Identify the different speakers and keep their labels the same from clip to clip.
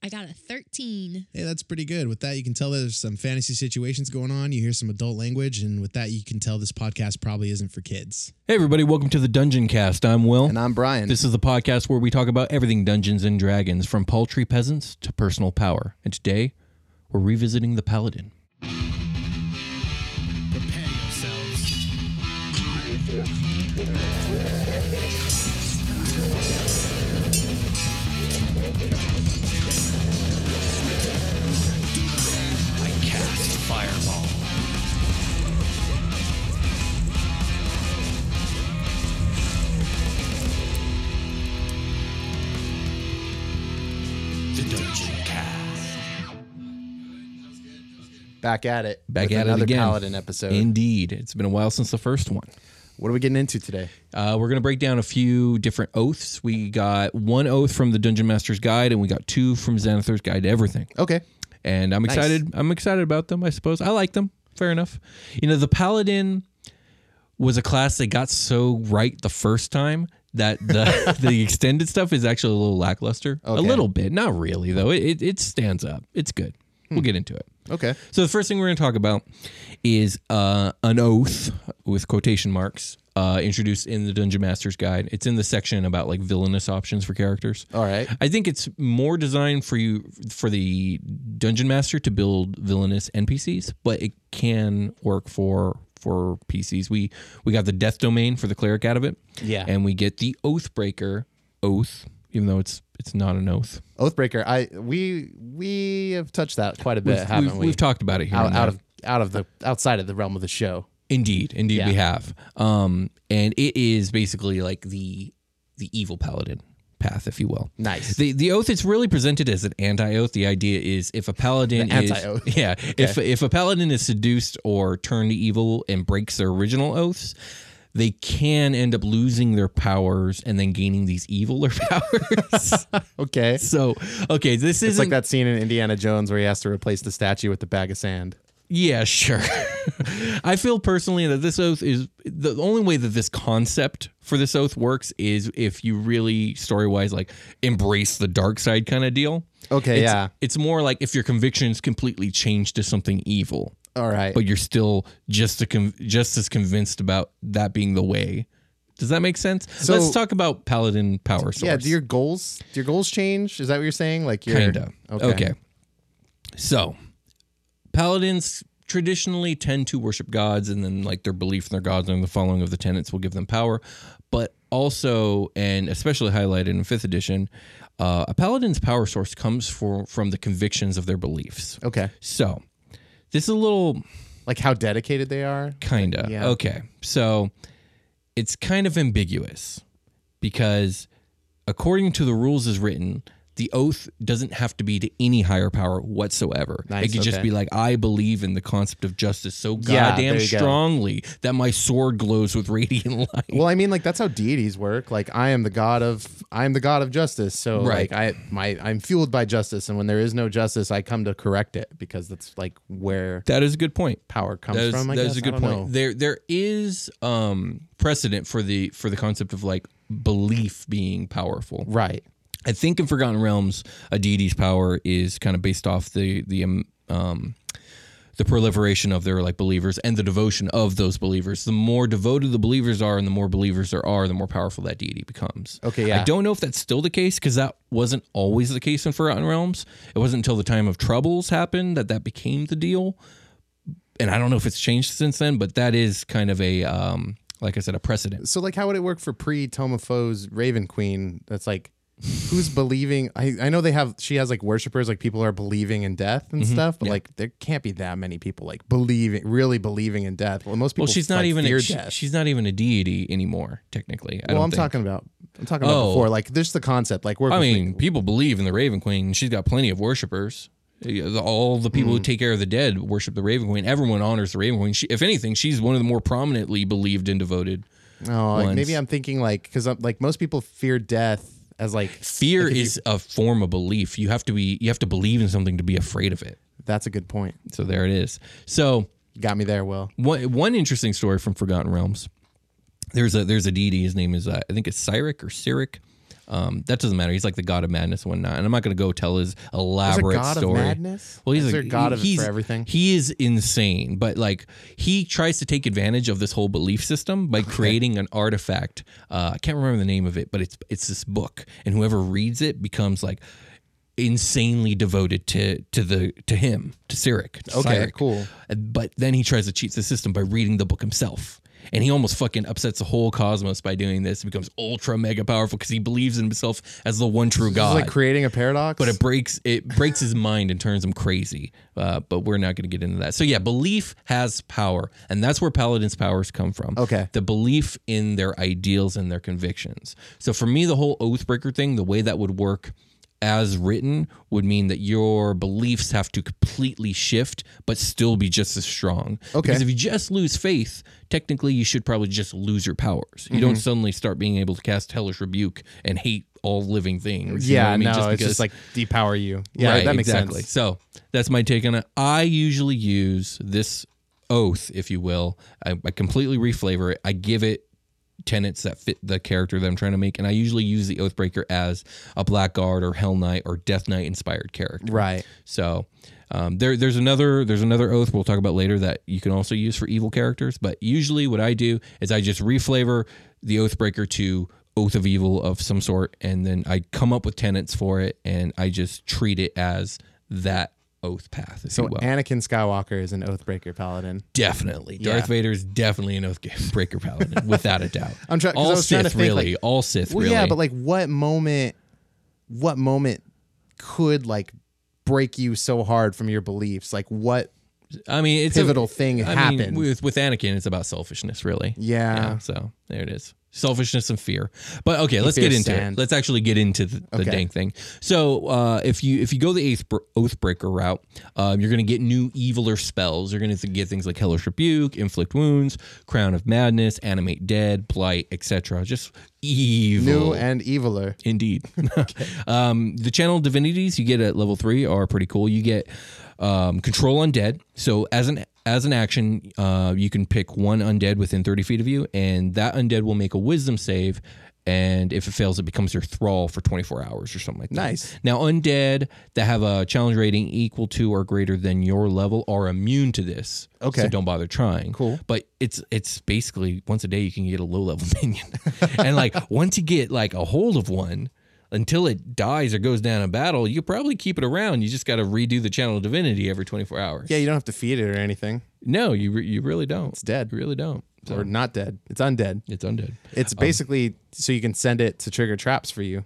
Speaker 1: I got a 13.
Speaker 2: Hey, that's pretty good. With that, you can tell there's some fantasy situations going on. You hear some adult language, and with that, you can tell this podcast probably isn't for kids.
Speaker 3: Hey, everybody, welcome to the Dungeon Cast. I'm Will.
Speaker 4: And I'm Brian.
Speaker 3: this is the podcast where we talk about everything Dungeons and Dragons, from paltry peasants to personal power. And today, we're revisiting the Paladin.
Speaker 2: Prepare yourselves.
Speaker 4: back at it.
Speaker 3: Back
Speaker 4: with
Speaker 3: at
Speaker 4: another
Speaker 3: it again.
Speaker 4: Paladin episode.
Speaker 3: Indeed. It's been a while since the first one.
Speaker 4: what are we getting into today?
Speaker 3: Uh, we're going to break down a few different oaths. We got one oath from the Dungeon Master's Guide, and we got two from Xanathar's Guide to Everything.
Speaker 4: Okay.
Speaker 3: and I'm excited. I'm excited about them. I suppose I like them. Fair enough. You know, the paladin was a class that got so right the first time that the the extended stuff is actually a little lackluster. A little bit, not really though. It it, it stands up. It's good. We'll get into it.
Speaker 4: Okay.
Speaker 3: So the first thing we're going to talk about is uh, an oath with quotation marks uh, introduced in the Dungeon Master's Guide. It's in the section about like villainous options for characters.
Speaker 4: All right.
Speaker 3: I think it's more designed for you for the dungeon master to build villainous NPCs, but it can work for for PCs. We we got the death domain for the cleric out of it.
Speaker 4: Yeah.
Speaker 3: And we get the oathbreaker oath, even though it's it's not an oath.
Speaker 4: Oathbreaker. I we we have touched that quite a bit,
Speaker 3: We've-
Speaker 4: haven't
Speaker 3: we've,
Speaker 4: we?
Speaker 3: we've talked about it here.
Speaker 4: out,
Speaker 3: and
Speaker 4: out
Speaker 3: there.
Speaker 4: of out of the outside of the realm of the show.
Speaker 3: Indeed, indeed
Speaker 4: Yeah.
Speaker 3: we have. Um, and it is basically like the the evil paladin path, if you will.
Speaker 4: Nice.
Speaker 3: The the oath is really presented as an anti oath. The idea is if a paladin
Speaker 4: The
Speaker 3: is
Speaker 4: anti-oath.
Speaker 3: yeah, if if a paladin is seduced or turned evil and breaks their original oaths. They can end up losing their powers and then gaining these eviler powers.
Speaker 4: Okay. It's
Speaker 3: so, okay, this is
Speaker 4: like that scene in Indiana Jones where he has to replace the statue with the bag of sand.
Speaker 3: Yeah, sure. I feel personally that this oath is the only way that this concept for this oath works is if you really story wise like embrace the dark side kind of deal.
Speaker 4: Okay,
Speaker 3: It's-
Speaker 4: yeah.
Speaker 3: It's more like if your convictions completely change to something evil,
Speaker 4: All right.
Speaker 3: but you're still just to con just as convinced about that being the way. Does that make sense?
Speaker 4: So-
Speaker 3: Let's talk about paladin power source.
Speaker 4: yeah, do your goals do your goals change? Is that what you're saying? Like your
Speaker 3: Kinda. Okay. So, paladins traditionally tend to worship gods, and then like their belief in their gods and the following of the tenets will give them power. But also, and especially highlighted in fifth edition, uh, a paladin's power source comes for, from the convictions of their beliefs.
Speaker 4: Okay.
Speaker 3: So, this is a little
Speaker 4: Like how dedicated they are?
Speaker 3: Kinda.
Speaker 4: Yeah.
Speaker 3: Okay. So it's kind of ambiguous because according to the rules as written, the oath doesn't have to be to any higher power whatsoever. it
Speaker 5: Nice,
Speaker 3: could just
Speaker 5: okay.
Speaker 3: be like, I believe in the concept of justice so
Speaker 5: Yeah,
Speaker 3: goddamn
Speaker 5: there you go.
Speaker 3: strongly that my sword glows with radiant light.
Speaker 5: Well, I mean, like that's how deities work. Like I am the god of I am the god of justice. So
Speaker 3: Right.
Speaker 5: like I my I'm fueled by justice, and when there is no justice, I come to correct it because that's like where
Speaker 3: that is a good point.
Speaker 5: power comes
Speaker 3: That is,
Speaker 5: from. I
Speaker 3: that is
Speaker 5: guess.
Speaker 3: a good
Speaker 5: I don't
Speaker 3: point.
Speaker 5: know.
Speaker 3: There there is um precedent for the for the concept of like belief being powerful.
Speaker 5: Right.
Speaker 3: I think in Forgotten Realms, a deity's power is kind of based off the the um, um the proliferation of their like believers and the devotion of those believers. The more devoted the believers are, and the more believers there are, the more powerful that deity becomes.
Speaker 5: Okay, yeah.
Speaker 3: I don't know if that's still the case because that wasn't always the case in Forgotten Realms. It wasn't until the time of Troubles happened that that became the deal. And I don't know if it's changed since then, but that is kind of a um like I said, a precedent.
Speaker 5: So like, how would it work for pre Tomafoe's Raven Queen? That's like. Who's believing? I, I know they have. She has like worshippers, like people are believing in death and stuff. But like, there can't be that many people like believing, really believing in death. Well, most people.
Speaker 3: Well, she's not
Speaker 5: like,
Speaker 3: even
Speaker 5: fear
Speaker 3: a, she-
Speaker 5: death.
Speaker 3: she's not even a deity anymore, technically. I
Speaker 5: well,
Speaker 3: don't
Speaker 5: I'm
Speaker 3: think.
Speaker 5: talking about. I'm talking about
Speaker 3: Oh.
Speaker 5: before. Like, there's the concept. Like, we're.
Speaker 3: I mean, people believe in the Raven Queen. She's got plenty of worshipers. All the
Speaker 5: Hmm.
Speaker 3: people who take care of the dead worship the Raven Queen. Everyone honors the Raven Queen. She, if anything, she's one of the more prominently believed and devoted.
Speaker 5: No, oh, like, maybe
Speaker 3: ones.
Speaker 5: I'm thinking like because I'm like most people fear death as like
Speaker 3: Fear is a form of belief. You have to be you have to believe in something to be afraid of it.
Speaker 5: that's a good point.
Speaker 3: So there it is. So
Speaker 5: You got me there, Will.
Speaker 3: one one interesting story from Forgotten Realms. There's a there's a deity. His name is uh, I think it's Cyric or Cyric. Um, that doesn't matter. He's like the god of madness and whatnot. And I'm not going to go tell his
Speaker 5: There's a
Speaker 3: elaborate
Speaker 5: god
Speaker 3: story.
Speaker 5: of madness.
Speaker 3: Well, he's
Speaker 5: Is
Speaker 3: a
Speaker 5: there a god of it
Speaker 3: he's-
Speaker 5: for everything.
Speaker 3: He is insane, but like he tries to take advantage of this whole belief system by creating an artifact. Uh, I can't remember the name of it, but it's it's this book, and whoever reads it becomes like insanely devoted to to the to him to Cyric. to
Speaker 5: Okay,
Speaker 3: Cyric.
Speaker 5: cool.
Speaker 3: But then he tries to cheat the system by reading the book himself. And he almost fucking upsets the whole cosmos by doing this. He becomes ultra mega powerful because he believes in himself as the one true
Speaker 5: This
Speaker 3: God
Speaker 5: is like creating a paradox.
Speaker 3: but it breaks it breaks his mind and turns him crazy. Uh, but we're not going to get into that. So yeah, belief has power, and that's where paladins' powers come from.
Speaker 5: Okay.
Speaker 3: the belief in their ideals and their convictions. So for me, the whole oathbreaker thing, the way that would work as written would mean that your beliefs have to completely shift but still be just as strong
Speaker 5: Okay.
Speaker 3: because if you just lose faith technically you should probably just lose your powers you
Speaker 5: Mm-hmm.
Speaker 3: don't suddenly start being able to cast hellish rebuke and hate all living things you know
Speaker 5: yeah,
Speaker 3: what I mean?
Speaker 5: no,
Speaker 3: Just
Speaker 5: it's
Speaker 3: because-
Speaker 5: just like depower you. Yeah,
Speaker 3: Right,
Speaker 5: that makes
Speaker 3: exactly.
Speaker 5: sense.
Speaker 3: So that's my take on it. I usually use this oath, if you will. I, I completely reflavor it. I give it tenets that fit the character that I'm trying to make, and I usually use the Oathbreaker as a Blackguard or Hell Knight or Death Knight inspired character.
Speaker 5: Right.
Speaker 3: So um, there, there's another there's another oath we'll talk about later that you can also use for evil characters. But usually, what I do is I just reflavor the Oathbreaker to Oath of Evil of some sort, and then I come up with tenets for it, and I just treat it as that oath path. If
Speaker 5: So
Speaker 3: you will.
Speaker 5: Anakin Skywalker is an Oathbreaker paladin.
Speaker 3: definitely, Darth
Speaker 5: Yeah.
Speaker 3: Vader is definitely an Oathbreaker paladin, without a doubt.
Speaker 5: I'm try- 'cause I
Speaker 3: all
Speaker 5: was trying to
Speaker 3: Sith
Speaker 5: think, like-
Speaker 3: really, all Sith
Speaker 5: Well,
Speaker 3: really.
Speaker 5: yeah, but like, what moment? What moment could like break you so hard from your beliefs? Like, what
Speaker 3: I mean, it's
Speaker 5: pivotal
Speaker 3: a,
Speaker 5: thing
Speaker 3: I
Speaker 5: happened?
Speaker 3: Mean, with with Anakin, it's about selfishness, really.
Speaker 5: Yeah.
Speaker 3: So there it is. Selfishness and fear. But okay, let's
Speaker 5: fears
Speaker 3: get into
Speaker 5: sand.
Speaker 3: it. Let's actually get into the, the
Speaker 5: Okay.
Speaker 3: dang thing. So uh, if you if you go the eighth br- oathbreaker route, um, you're going to get new eviler spells. You're going to get things like hellish rebuke, inflict wounds, crown of madness, animate dead, blight, etc. Just evil.
Speaker 5: New and eviler.
Speaker 3: Indeed. um, the channel divinities you get at level three are pretty cool. You get um, control undead. So as an as an action, uh, you can pick one undead within thirty feet of you, and that undead will make a Wisdom save. And if it fails, it becomes your thrall for 24 hours or something like that.
Speaker 5: Nice.
Speaker 3: Now, undead that have a challenge rating equal to or greater than your level are immune to this.
Speaker 5: Okay.
Speaker 3: So don't bother trying.
Speaker 5: Cool.
Speaker 3: But it's it's basically once a day you can get a low level minion, and like once you get like a hold of one, until it dies or goes down in battle, you probably keep it around. You just got to redo the channel of divinity every twenty four hours.
Speaker 5: Yeah, you don't have to feed it or anything.
Speaker 3: No, you re- you really don't.
Speaker 5: It's dead.
Speaker 3: You really don't. So
Speaker 5: Or not dead. It's undead.
Speaker 3: it's undead.
Speaker 5: It's basically so you can send it to trigger traps for you,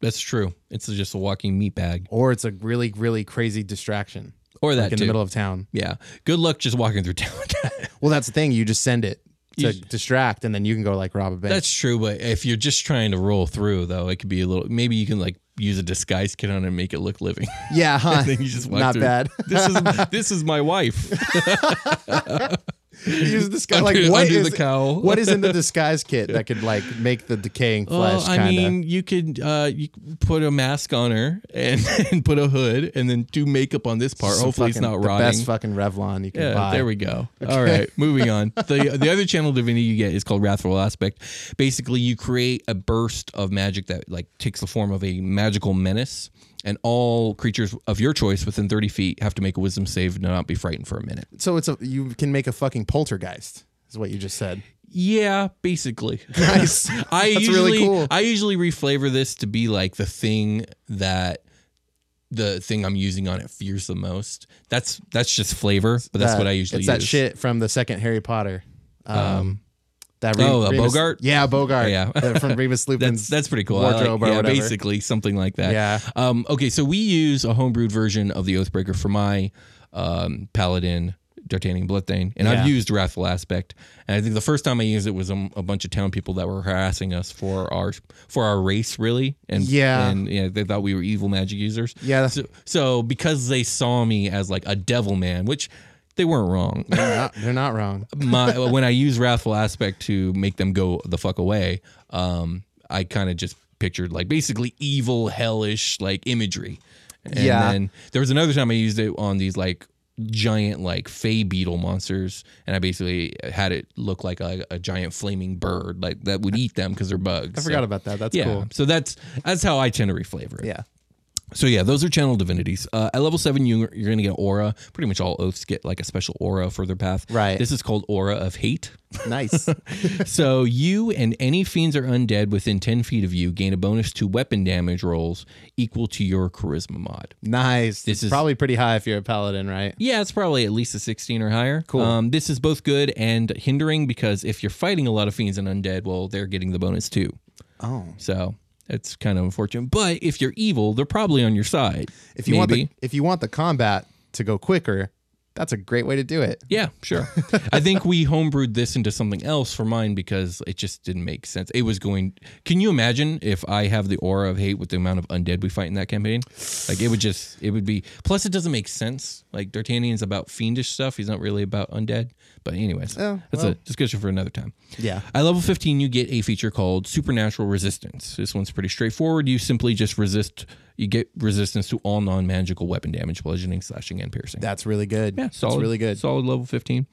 Speaker 3: That's true. It's just a walking meat bag,
Speaker 5: or it's a really, really crazy distraction
Speaker 3: or that
Speaker 5: like in
Speaker 3: too.
Speaker 5: the middle of town.
Speaker 3: yeah. Good luck just walking through town with that.
Speaker 5: Well, that's the thing. You just send it to
Speaker 3: You-
Speaker 5: distract, and then you can go like rob a bank.
Speaker 3: That's true, but if you're just trying to roll through, though, it could be a little. Maybe you can like use a disguise kit on it and make it look living.
Speaker 5: Yeah, huh?
Speaker 3: I think you just walk
Speaker 5: Not
Speaker 3: through.
Speaker 5: bad.
Speaker 3: This is this is my wife.
Speaker 5: Use the sky like
Speaker 3: Under-
Speaker 5: what
Speaker 3: under
Speaker 5: is
Speaker 3: the cowl.
Speaker 5: what is in the disguise kit that could like make the decaying
Speaker 3: Well,
Speaker 5: flesh kind of
Speaker 3: I mean, you could uh, you could put a mask on her and, and put a hood and then do makeup on this part. Hopefully, it's not
Speaker 5: the
Speaker 3: rotting.
Speaker 5: best fucking Revlon you can
Speaker 3: Yeah,
Speaker 5: buy.
Speaker 3: there we go. All right, moving on. The the other channel divinity you get is called Wrathful Aspect. Basically, you create a burst of magic that like takes the form of a magical menace, and all creatures of your choice within thirty feet have to make a Wisdom save and not be frightened for a minute.
Speaker 5: So it's a you can make a fucking poltergeist. Is what you just said.
Speaker 3: Yeah, basically.
Speaker 5: Nice.
Speaker 3: I
Speaker 5: That's
Speaker 3: usually
Speaker 5: really cool.
Speaker 3: I usually reflavor this to be like the thing that the thing I'm using on it fears the most. That's that's just flavor, but that's
Speaker 5: That-
Speaker 3: what I usually
Speaker 5: It's
Speaker 3: use.
Speaker 5: that shit from the second Harry Potter. Um, that Re-
Speaker 3: oh, uh,
Speaker 5: Remus-
Speaker 3: Bogart?
Speaker 5: Yeah, Bogart.
Speaker 3: Yeah.
Speaker 5: Uh, from Remus
Speaker 3: That's
Speaker 5: Lupin's.
Speaker 3: that's pretty cool. I like-
Speaker 5: Wardrobe or
Speaker 3: yeah,
Speaker 5: whatever.
Speaker 3: basically something like that.
Speaker 5: Yeah.
Speaker 3: Um, okay, so we use a homebrewed version of the Oathbreaker for my um, paladin, D'Artagnan Bloodthane, and I've
Speaker 5: Yeah.
Speaker 3: used Wrathful Aspect. And I think the first time I used it was um, a bunch of town people that were harassing us for our for our race, really. And
Speaker 5: Yeah.
Speaker 3: and yeah, they thought we were evil magic users.
Speaker 5: Yeah.
Speaker 3: So, so because they saw me as like a devil man, which they weren't wrong
Speaker 5: they're, not, they're not wrong.
Speaker 3: my when I use wrathful aspect to make them go the fuck away, um, I kind of just pictured like basically evil, hellish like imagery. And
Speaker 5: Yeah.
Speaker 3: then there was another time I used it on these like giant like fey beetle monsters, and I basically had it look like a, a giant flaming bird like that would eat them because they're bugs.
Speaker 5: I forgot about that. That's
Speaker 3: yeah,
Speaker 5: cool.
Speaker 3: so that's that's how I tend to reflavor it.
Speaker 5: Yeah.
Speaker 3: So yeah, those are channel divinities. Uh, at level seven, you, you're going to get aura. Pretty much all oaths get like a special aura for their path.
Speaker 5: Right.
Speaker 3: This is called aura of hate.
Speaker 5: Nice.
Speaker 3: so you and any fiends or undead within ten feet of you gain a bonus to weapon damage rolls equal to your charisma mod. This
Speaker 5: nice. This
Speaker 3: is-
Speaker 5: is probably pretty high if you're a paladin, right?
Speaker 3: Yeah, it's probably at least a 16 or higher.
Speaker 5: Cool.
Speaker 3: Um, this is both good and hindering because if you're fighting a lot of fiends and undead, well, they're getting the bonus too.
Speaker 5: Oh.
Speaker 3: So it's kind of unfortunate. But if you're evil, they're probably on your side.
Speaker 5: If you
Speaker 3: maybe.
Speaker 5: want the if you want the combat to go quicker, that's a great way to do it.
Speaker 3: Yeah, sure. I think we homebrewed this into something else for mine because it just didn't make sense. It was going. Can you imagine if I have the aura of hate with the amount of undead we fight in that campaign? Like it would just, it would be. Plus, it doesn't make sense. Like D'Artagnan's about fiendish stuff. He's not really about undead. But anyways,
Speaker 5: Oh,
Speaker 3: that's a
Speaker 5: well.
Speaker 3: discussion for another time.
Speaker 5: Yeah.
Speaker 3: At level 15, you get a feature called Supernatural Resistance. This one's pretty straightforward. You simply just resist. You get resistance to all non-magical weapon damage, bludgeoning, slashing, and piercing.
Speaker 5: That's really good.
Speaker 3: Yeah,
Speaker 5: That's really good.
Speaker 3: Solid level 15.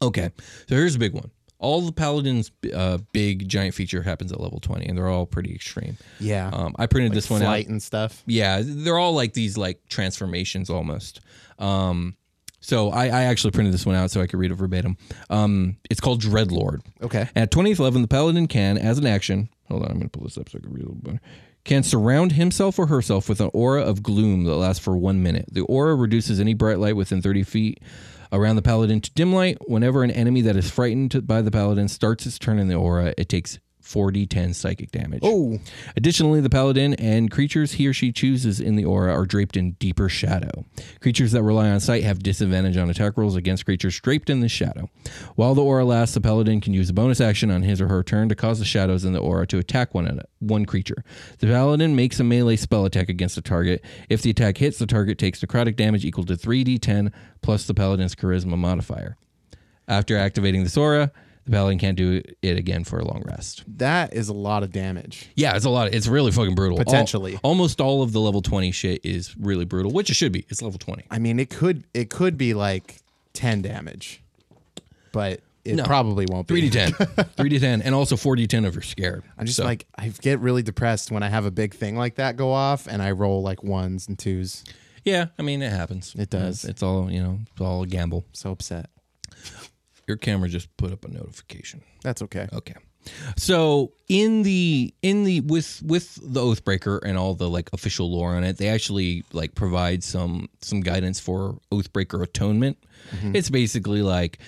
Speaker 3: Okay, so here's a big one. All the paladins' uh, big giant feature happens at level 20, and they're all pretty extreme.
Speaker 5: yeah.
Speaker 3: Um, I printed this one
Speaker 5: Flight
Speaker 3: out.
Speaker 5: and stuff.
Speaker 3: Yeah, they're all like these like transformations almost. Um, so I, I actually printed this one out so I could read it verbatim. Um, it's called Dreadlord.
Speaker 5: Okay.
Speaker 3: At 20th level, the paladin can, as an action, hold on, I'm going to pull this up so I can read a little better. Can surround himself or herself with an aura of gloom that lasts for one minute. The aura reduces any bright light within 30 feet around the paladin to dim light. Whenever an enemy that is frightened by the paladin starts its turn in the aura, it takes 4d10 psychic damage.
Speaker 5: Oh.
Speaker 3: Additionally, the paladin and creatures he or she chooses in the aura are draped in deeper shadow. Creatures that rely on sight have disadvantage on attack rolls against creatures draped in the shadow. While the aura lasts, the paladin can use a bonus action on his or her turn to cause the shadows in the aura to attack one ano- one creature. The paladin makes a melee spell attack against the target. If the attack hits, the target takes necrotic damage equal to 3d10 plus the paladin's charisma modifier. After activating this aura, the paladin can't do it again for a long rest.
Speaker 5: That is a lot of damage.
Speaker 3: Yeah, it's a lot. It's really fucking brutal. All-
Speaker 5: Potentially.
Speaker 3: almost all of the level 20 shit is really brutal, which it should be. It's level 20.
Speaker 5: I mean, it could it could be like ten damage, but it
Speaker 3: No.
Speaker 5: probably won't
Speaker 3: 3
Speaker 5: be.
Speaker 3: to 10. 3 to 10. And also 4 to 10 if you're scared.
Speaker 5: I'm just
Speaker 3: So,
Speaker 5: like I get really depressed when I have a big thing like that go off and I roll like ones and twos.
Speaker 3: yeah, I mean, it happens.
Speaker 5: It does.
Speaker 3: It's, it's all, you know, it's all a gamble.
Speaker 5: So upset.
Speaker 3: Your camera just put up a notification.
Speaker 5: That's okay.
Speaker 3: Okay. So in the in the with with the Oathbreaker and all the like official lore on it, they actually like provide some some guidance for Oathbreaker atonement. It's basically like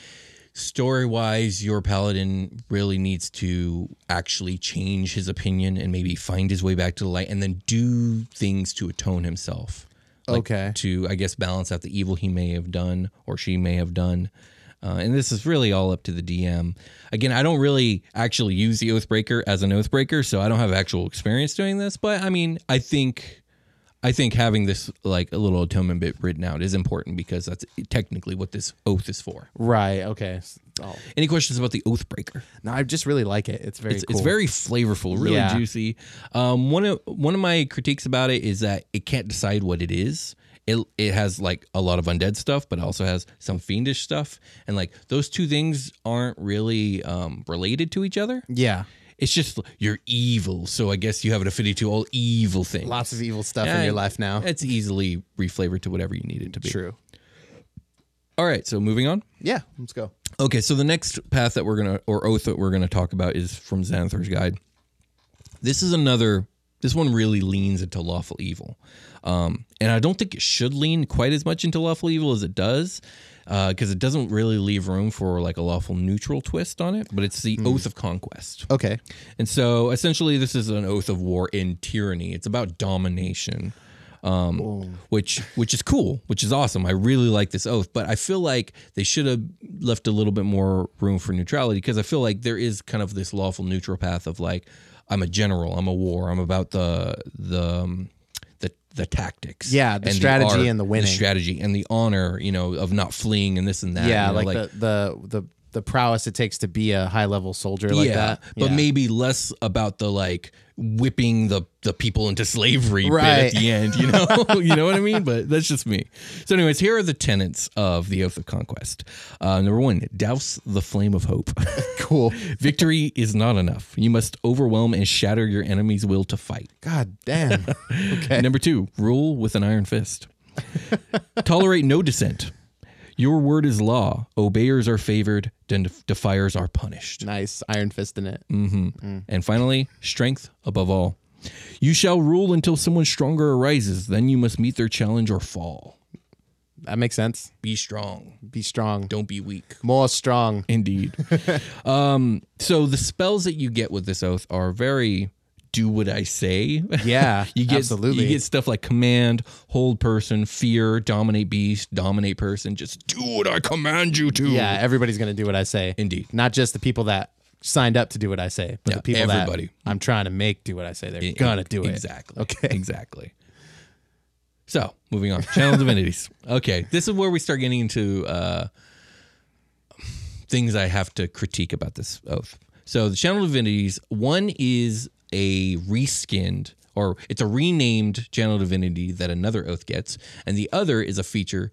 Speaker 3: story wise, your paladin really needs to actually change his opinion and maybe find his way back to the light, and then do things to atone himself
Speaker 5: okay.
Speaker 3: to I guess balance out the evil he may have done or she may have done. Uh, and this is really all up to the DM. Again, I don't really actually use the Oathbreaker as an Oathbreaker, so I don't have actual experience doing this. But I mean, I think, I think having this like a little atonement bit written out is important because that's technically what this oath is for.
Speaker 5: Right. Okay. S- Oh,
Speaker 3: Any questions about the Oathbreaker?
Speaker 5: no, I just really like it. It's very.
Speaker 3: It's,
Speaker 5: cool.
Speaker 3: it's very flavorful, really
Speaker 5: Yeah.
Speaker 3: juicy. Um, one of one of my critiques about it is that it can't decide what it is. It it has like a lot of undead stuff, but it also has some fiendish stuff, and like those two things aren't really um, related to each other.
Speaker 5: Yeah.
Speaker 3: It's just you're evil, so I guess you have an affinity to all evil things.
Speaker 5: Lots of evil stuff
Speaker 3: Yeah,
Speaker 5: in your life now.
Speaker 3: It's easily reflavored to whatever you need it to be.
Speaker 5: True.
Speaker 3: All right, so moving on.
Speaker 5: Yeah. Let's go.
Speaker 3: Okay, so the next path that we're gonna or oath that we're gonna talk about is from Xanathar's Guide. This is another. This one really leans into lawful evil, um, and I don't think it should lean quite as much into lawful evil as it does, because it doesn't really leave room for like a lawful neutral twist on it. But it's the oath of conquest,
Speaker 5: Okay.
Speaker 3: and so essentially this is an oath of war in tyranny. It's about domination um, which which is cool, which is awesome. I really like this oath, but I feel like they should have left a little bit more room for neutrality because I feel like there is kind of this lawful neutral path of like I'm a general, I'm a war, I'm about the the um, the the tactics,
Speaker 5: Yeah, the strategy and the winning.
Speaker 3: strategy and the honor, you know, of not fleeing and this and that.
Speaker 5: yeah,
Speaker 3: you know,
Speaker 5: like, the, the the the prowess it takes to be a high level soldier like that.
Speaker 3: But
Speaker 5: Yeah.
Speaker 3: maybe less about the like whipping the the people into slavery
Speaker 5: Right.
Speaker 3: bit at the end, you know? you know what I mean? But that's just me. So, anyways, here are the tenets of the Oath of Conquest. Uh, number one, douse the flame of hope.
Speaker 5: cool.
Speaker 3: Victory is not enough. You must overwhelm and shatter your enemy's will to fight.
Speaker 5: God damn. Okay.
Speaker 3: Number two, rule with an iron fist. Tolerate no dissent. Your word is law. Obeyers are favored, den- defiers are punished.
Speaker 5: Nice iron fist in it.
Speaker 3: Mm. And finally, strength above all. You shall rule until someone stronger arises, then you must meet their challenge or fall.
Speaker 5: That makes sense.
Speaker 3: Be strong,
Speaker 5: Be strong.
Speaker 3: don't be weak.
Speaker 5: More strong.
Speaker 3: Indeed. um, so the spells that you get with this oath are very do what I say.
Speaker 5: Yeah.
Speaker 3: You get
Speaker 5: absolutely.
Speaker 3: you get stuff like command, hold person, fear, dominate beast, dominate person. Just do what I command you to.
Speaker 5: yeah. Everybody's gonna do what I say.
Speaker 3: Indeed.
Speaker 5: Not just the people that signed up to do what I say, but
Speaker 3: Yeah,
Speaker 5: the people
Speaker 3: everybody.
Speaker 5: that I'm trying to make do what I say. They're gonna do it.
Speaker 3: Exactly.
Speaker 5: Okay.
Speaker 3: Exactly. So moving on, channel divinities. Okay, this is where we start getting into uh, things I have to critique about this oath. So the channel divinities. One is a reskinned, or it's a renamed channel divinity that another oath gets, and the other is a feature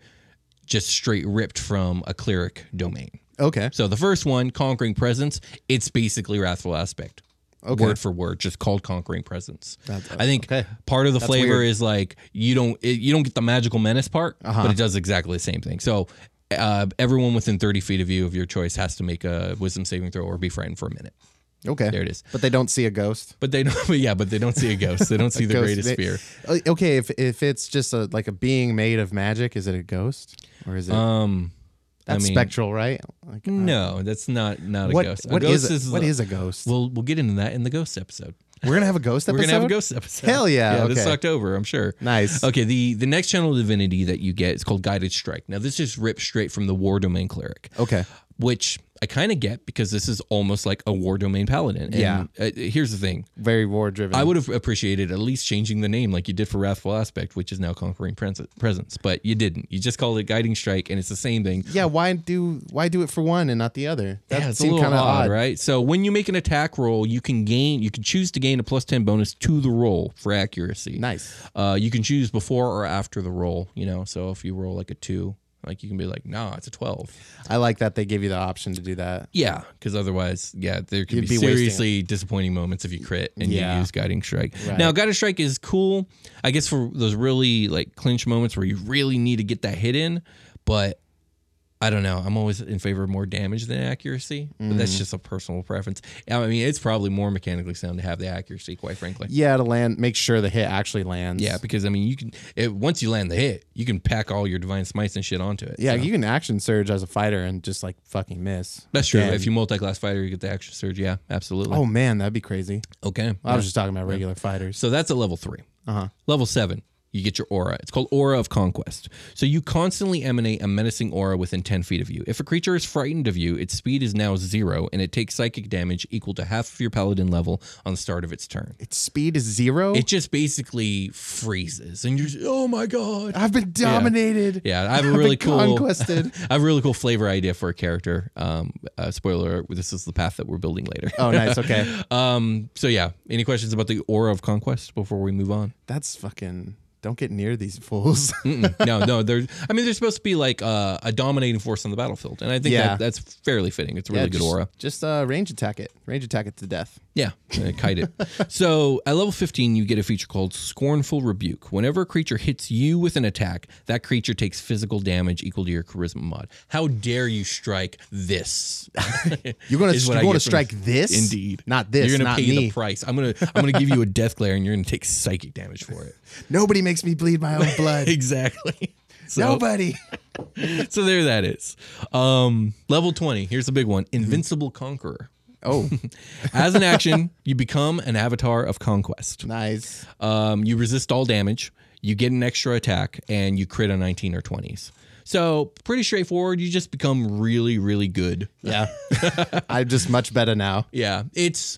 Speaker 3: just straight ripped from a cleric domain.
Speaker 5: Okay.
Speaker 3: So the first one, conquering presence, it's basically wrathful aspect. Word for word, just called conquering presence. I think
Speaker 5: uh, okay.
Speaker 3: part of the flavor
Speaker 5: weird.
Speaker 3: is like you don't it, you don't get the magical menace part,
Speaker 5: Uh-huh.
Speaker 3: but it does exactly the same thing. So uh, everyone within thirty feet of you of your choice has to make a wisdom saving throw or be frightened for a minute.
Speaker 5: Okay.
Speaker 3: There it is.
Speaker 5: But they don't see a ghost.
Speaker 3: But they don't. But yeah, but they don't see a ghost. They don't see the
Speaker 5: Ghost-
Speaker 3: greatest
Speaker 5: they-
Speaker 3: fear.
Speaker 5: Uh, Okay, if if it's just a like a being made of magic, is it a ghost or is it
Speaker 3: Um, I
Speaker 5: that's
Speaker 3: mean,
Speaker 5: spectral, right? Like,
Speaker 3: No, that's not not a
Speaker 5: what
Speaker 3: ghost. A
Speaker 5: what
Speaker 3: ghost
Speaker 5: is a- what
Speaker 3: the-
Speaker 5: is a ghost?
Speaker 3: We'll we'll get into that in the ghost episode.
Speaker 5: We're gonna have a ghost episode.
Speaker 3: We're gonna have a ghost episode.
Speaker 5: Hell yeah,
Speaker 3: Yeah, this
Speaker 5: okay.
Speaker 3: October, I'm sure.
Speaker 5: Nice.
Speaker 3: Okay, the the next channel divinity that you get is called Guided Strike. Now this is ripped straight from the War Domain Cleric.
Speaker 5: Okay.
Speaker 3: Which I kind of get because this is almost like a War Domain Paladin. And,
Speaker 5: Yeah.
Speaker 3: Uh, here's the thing.
Speaker 5: Very war driven.
Speaker 3: I would have appreciated at least changing the name like you did for Wrathful Aspect, which is now Conquering Pres- Presence, but you didn't. You just called it Guiding Strike, and it's the same thing.
Speaker 5: Yeah, why do why do it for one and not the other? That
Speaker 3: yeah, it's a
Speaker 5: seemed
Speaker 3: little
Speaker 5: kind of odd.
Speaker 3: right? So when you make an attack roll, you can gain, you can choose to gain a plus ten bonus to the roll for accuracy.
Speaker 5: Nice.
Speaker 3: Uh, you can choose before or after the roll. You know, so if you roll like a two, like you can be like, nah, it's a twelve.
Speaker 5: I like that they give you the option to do that.
Speaker 3: Yeah, because otherwise, yeah, there could
Speaker 5: You'd
Speaker 3: be,
Speaker 5: be wasting it.
Speaker 3: seriously disappointing moments if you crit and
Speaker 5: Yeah.
Speaker 3: you use guiding strike. Now, guiding strike is cool, I guess, for those really like clinch moments where you really need to get that hit in. But I don't know. I'm always in favor of more damage than accuracy, but
Speaker 5: Mm.
Speaker 3: that's just a personal preference. I mean, it's probably more mechanically sound to have the accuracy, quite frankly.
Speaker 5: Yeah, to land, make sure the hit actually lands.
Speaker 3: Yeah, because I mean, you can it, once you land the hit, you can pack all your divine smites and shit onto it.
Speaker 5: yeah,
Speaker 3: so.
Speaker 5: you can action surge as a fighter and just like fucking miss.
Speaker 3: that's true.
Speaker 5: Damn.
Speaker 3: If you multi-class fighter, you get the extra surge. Yeah, absolutely.
Speaker 5: Oh Uh, man, that'd be crazy.
Speaker 3: okay.
Speaker 5: I was just talking about regular fighters.
Speaker 3: So that's a level three.
Speaker 5: Uh huh.
Speaker 3: Level seven, You get your aura. It's called Aura of Conquest. So you constantly emanate a menacing aura within 10 feet of you. If a creature is frightened of you, its speed is now zero and it takes psychic damage equal to half of your paladin level on the start of its turn.
Speaker 5: Its speed is zero.
Speaker 3: It just basically freezes and you're just, oh my God.
Speaker 5: I've been dominated.
Speaker 3: Yeah, I have a
Speaker 5: I've
Speaker 3: really
Speaker 5: been
Speaker 3: cool
Speaker 5: conquested.
Speaker 3: I have a really cool flavor idea for a character. Um, uh, spoiler: alert, this is the path that we're building later.
Speaker 5: Oh, nice. Okay.
Speaker 3: um, so yeah, any questions about the aura of conquest before we move on?
Speaker 5: That's fucking. Don't get near these fools.
Speaker 3: Mm-mm. no, no, they're. I mean, they're supposed to be like uh, a dominating force on the battlefield, and I think
Speaker 5: Yeah.
Speaker 3: that, that's fairly fitting. It's a
Speaker 5: Yeah,
Speaker 3: really good
Speaker 5: just-
Speaker 3: aura.
Speaker 5: Just uh, range attack it. Range attack it to death.
Speaker 3: Yeah, uh, kite it. so at level 15, you get a feature called Scornful Rebuke. Whenever a creature hits you with an attack, that creature takes physical damage equal to your charisma mod. How dare you strike this?
Speaker 5: You're gonna
Speaker 3: Is what I
Speaker 5: you're gonna
Speaker 3: get from-
Speaker 5: strike this.
Speaker 3: Indeed.
Speaker 5: Not this.
Speaker 3: You're gonna
Speaker 5: not
Speaker 3: pay
Speaker 5: me.
Speaker 3: the price. I'm gonna I'm gonna give you a death glare and you're gonna take psychic damage for it.
Speaker 5: Nobody makes me bleed my own blood.
Speaker 3: Exactly. So,
Speaker 5: Nobody.
Speaker 3: so there that is. Um, level 20. Here's the big one.
Speaker 5: Mm-hmm.
Speaker 3: Invincible Conqueror.
Speaker 5: Oh,
Speaker 3: As an action, you become an avatar of conquest.
Speaker 5: nice.
Speaker 3: Um, you resist all damage. You get an extra attack, and you crit on 19 or 20s. So pretty straightforward. You just become really, really good.
Speaker 5: Yeah. I'm just much better now.
Speaker 3: Yeah, it's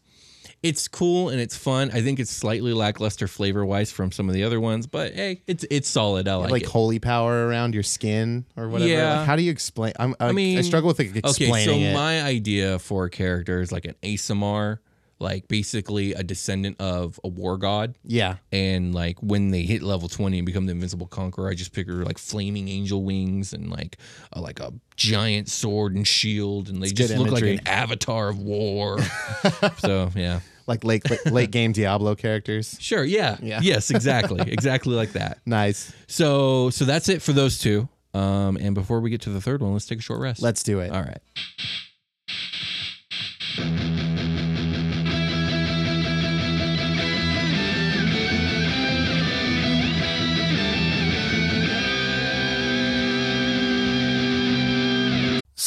Speaker 3: it's cool and it's fun. I think it's slightly lackluster flavor wise from some of the other ones, but hey, it's it's solid. I like,
Speaker 5: Like,
Speaker 3: it.
Speaker 5: holy power around your skin or whatever.
Speaker 3: Yeah.
Speaker 5: Like, how do you explain? I'm, I, I mean, I
Speaker 3: mean,
Speaker 5: struggle with like, explaining
Speaker 3: okay, so
Speaker 5: it.
Speaker 3: my idea for a character is like an ASMR, like basically a descendant of a war god.
Speaker 5: yeah.
Speaker 3: and like when they hit level 20 and become the invincible conqueror i just picture like flaming angel wings and like a, like a giant sword and shield and they
Speaker 5: It's
Speaker 3: just
Speaker 5: good
Speaker 3: look like
Speaker 5: imagery.
Speaker 3: an avatar of war so yeah
Speaker 5: Like late, late, late game Diablo characters.
Speaker 3: sure yeah,
Speaker 5: Yeah.
Speaker 3: yes exactly exactly like that
Speaker 5: Nice.
Speaker 3: so so that's it for those two um and before we get to the third one let's take a short rest
Speaker 5: Let's do it.
Speaker 3: all right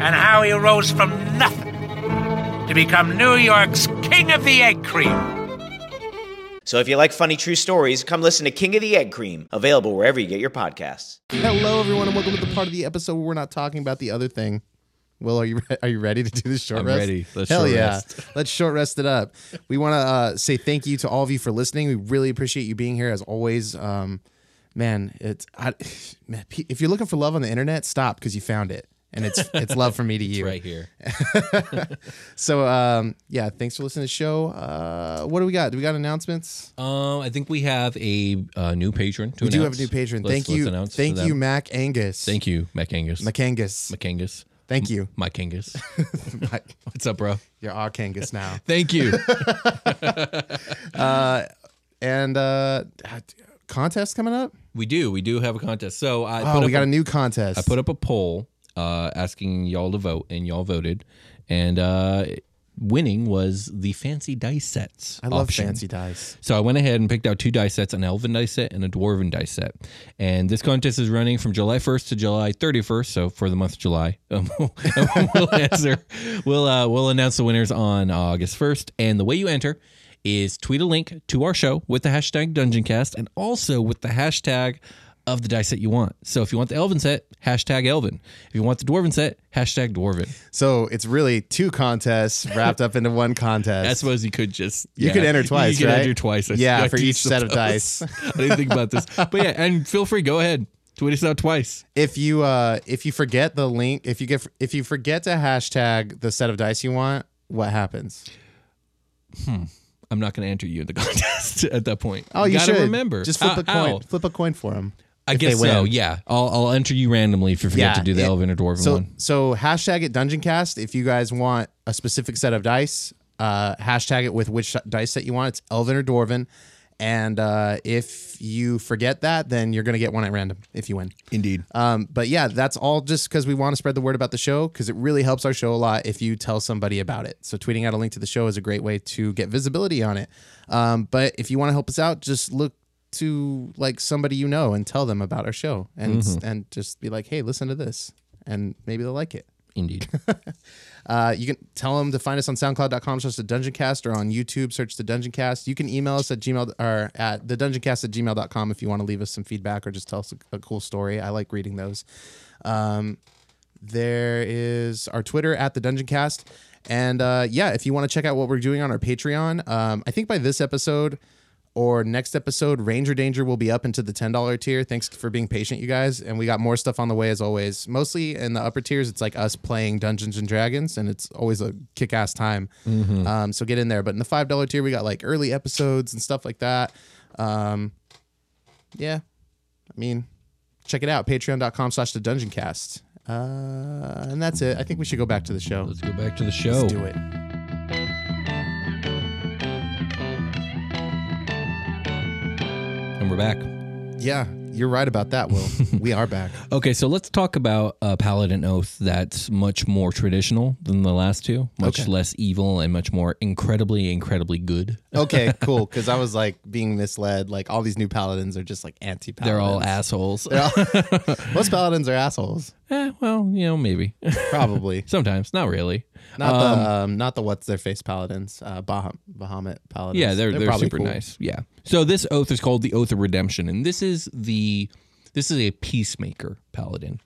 Speaker 6: and how he rose from nothing to become New York's king of the egg cream.
Speaker 7: So if you like funny true stories, come listen to King of the Egg Cream, available wherever you get your podcasts.
Speaker 5: Hello, everyone, and welcome to the part of the episode where we're not talking about the other thing. Will, are you are you ready to do this short
Speaker 3: I'm
Speaker 5: rest?
Speaker 3: ready. Let's
Speaker 5: Hell
Speaker 3: short
Speaker 5: yeah.
Speaker 3: rest.
Speaker 5: Let's short rest it up. We want to uh, say thank you to all of you for listening. We really appreciate you being here as always. Um, man, it's I, man, pe- if you're looking for love on the internet, stop because you found it, and it's it's love from me to you
Speaker 3: right here.
Speaker 5: so um, yeah, thanks for listening to the show. Uh, what do we got? Do we got announcements?
Speaker 3: Um, I think we have a, uh new patron. To
Speaker 5: we do have
Speaker 3: announce.
Speaker 5: a new patron.
Speaker 3: Let's-
Speaker 5: Thank
Speaker 3: let's
Speaker 5: you,
Speaker 3: announce
Speaker 5: thank
Speaker 3: for them.
Speaker 5: you, Mac Angus.
Speaker 3: Thank you, Mac Angus.
Speaker 5: Mac Angus.
Speaker 3: Mac Angus.
Speaker 5: Thank you.
Speaker 3: Mike Angus.
Speaker 5: My-
Speaker 3: What's up, bro?
Speaker 5: You're our Kangas now.
Speaker 3: Thank you.
Speaker 5: uh, and uh, contest coming up.
Speaker 3: we do. We do have a contest. So I
Speaker 5: oh,
Speaker 3: put
Speaker 5: we
Speaker 3: up
Speaker 5: got
Speaker 3: a-
Speaker 5: a new contest.
Speaker 3: I put up a poll uh, asking y'all to vote, and y'all voted, and uh, winning was the fancy dice sets.
Speaker 5: I love
Speaker 3: option.
Speaker 5: fancy dice.
Speaker 3: So I went ahead and picked out two dice sets, an elven dice set and a dwarven dice set. And this contest is running from July 1st to July 31st, so for the month of July. Um, we'll answer. We'll uh, we'll announce the winners on August 1st. And the way you enter is tweet a link to our show with the hashtag DungeonCast and also with the hashtag of the dice set you want. So if you want the elven set, hashtag elven. If you want the dwarven set, hashtag dwarven.
Speaker 5: So it's really two contests wrapped up into one contest.
Speaker 3: I suppose you could just
Speaker 5: You could enter twice,
Speaker 3: You could
Speaker 5: right?
Speaker 3: enter twice. I-
Speaker 5: Yeah,
Speaker 3: I
Speaker 5: for
Speaker 3: do
Speaker 5: each set of dice.
Speaker 3: I didn't think about this, but yeah, and feel free, go ahead, tweet us out twice.
Speaker 5: if you uh, if you forget the link, if you get if you forget to hashtag the set of dice you want, what happens?
Speaker 3: I'm not going to enter you in the contest at that point.
Speaker 5: Oh, you,
Speaker 3: gotta
Speaker 5: should
Speaker 3: remember.
Speaker 5: Just flip
Speaker 3: Ow,
Speaker 5: a coin.
Speaker 3: ow.
Speaker 5: Flip a coin for them.
Speaker 3: I guess so. Yeah, I'll, I'll enter you randomly if you forget to do the
Speaker 5: it-
Speaker 3: elven or dwarven
Speaker 5: so,
Speaker 3: one.
Speaker 5: So hashtag it DungeonCast if you guys want a specific set of dice. Uh, hashtag it with which dice set you want. It's elven or dwarven. And uh, if you forget that, then you're going to get one at random if you win.
Speaker 3: Indeed.
Speaker 5: Um, but yeah, that's all just because we want to spread the word about the show because it really helps our show a lot if you tell somebody about it. So tweeting out a link to the show is a great way to get visibility on it. Um, but if you want to help us out, just look to like somebody you know and tell them about our show and
Speaker 3: Mhm.
Speaker 5: and just be like, hey, listen to this, and maybe they'll like it.
Speaker 3: Indeed.
Speaker 5: Uh, you can tell them to find us on soundcloud.com slash the dungeoncast or on YouTube, search the dungeoncast. You can email us at gmail or at the dungeoncast at gmail.com if you want to leave us some feedback or just tell us a, a cool story. I like reading those. Um, there is our Twitter at the dungeoncast. And uh, yeah, if you want to check out what we're doing on our Patreon, um, I think by this episode, or next episode, Ranger Danger will be up into the $10 tier. Thanks for being patient, you guys. And we got more stuff on the way as always. Mostly in the upper tiers, it's like us playing Dungeons and Dragons, and it's always a kick ass time.
Speaker 3: Mhm.
Speaker 5: Um, so get in there. But in the $5 tier, we got like early episodes and stuff like that. Um, yeah. I mean, check it out patreon.com slash the dungeon cast. Uh, and that's it. I think we should go back to the show.
Speaker 3: Let's go back to the show.
Speaker 5: Let's do it.
Speaker 3: And we're back.
Speaker 5: Yeah, you're right about that, Will. we are back.
Speaker 3: Okay, so let's talk about a paladin oath that's much more traditional than the last two, much
Speaker 5: Okay.
Speaker 3: less evil and much more incredibly, incredibly good.
Speaker 5: okay, cool. Because I was like being misled. Like all these new paladins are just like anti-paladins.
Speaker 3: They're all assholes.
Speaker 5: Most paladins are assholes.
Speaker 3: Eh, well, you know, maybe.
Speaker 5: Probably
Speaker 3: Sometimes, not really.
Speaker 5: not
Speaker 3: Um,
Speaker 5: the um, not the what's their face paladins. Uh, Baham- Bahamut paladins.
Speaker 3: Yeah, they're they're,
Speaker 5: probably
Speaker 3: super
Speaker 5: cool.
Speaker 3: nice. Yeah. So this oath is called the Oath of Redemption, and this is the this is a peacemaker paladin.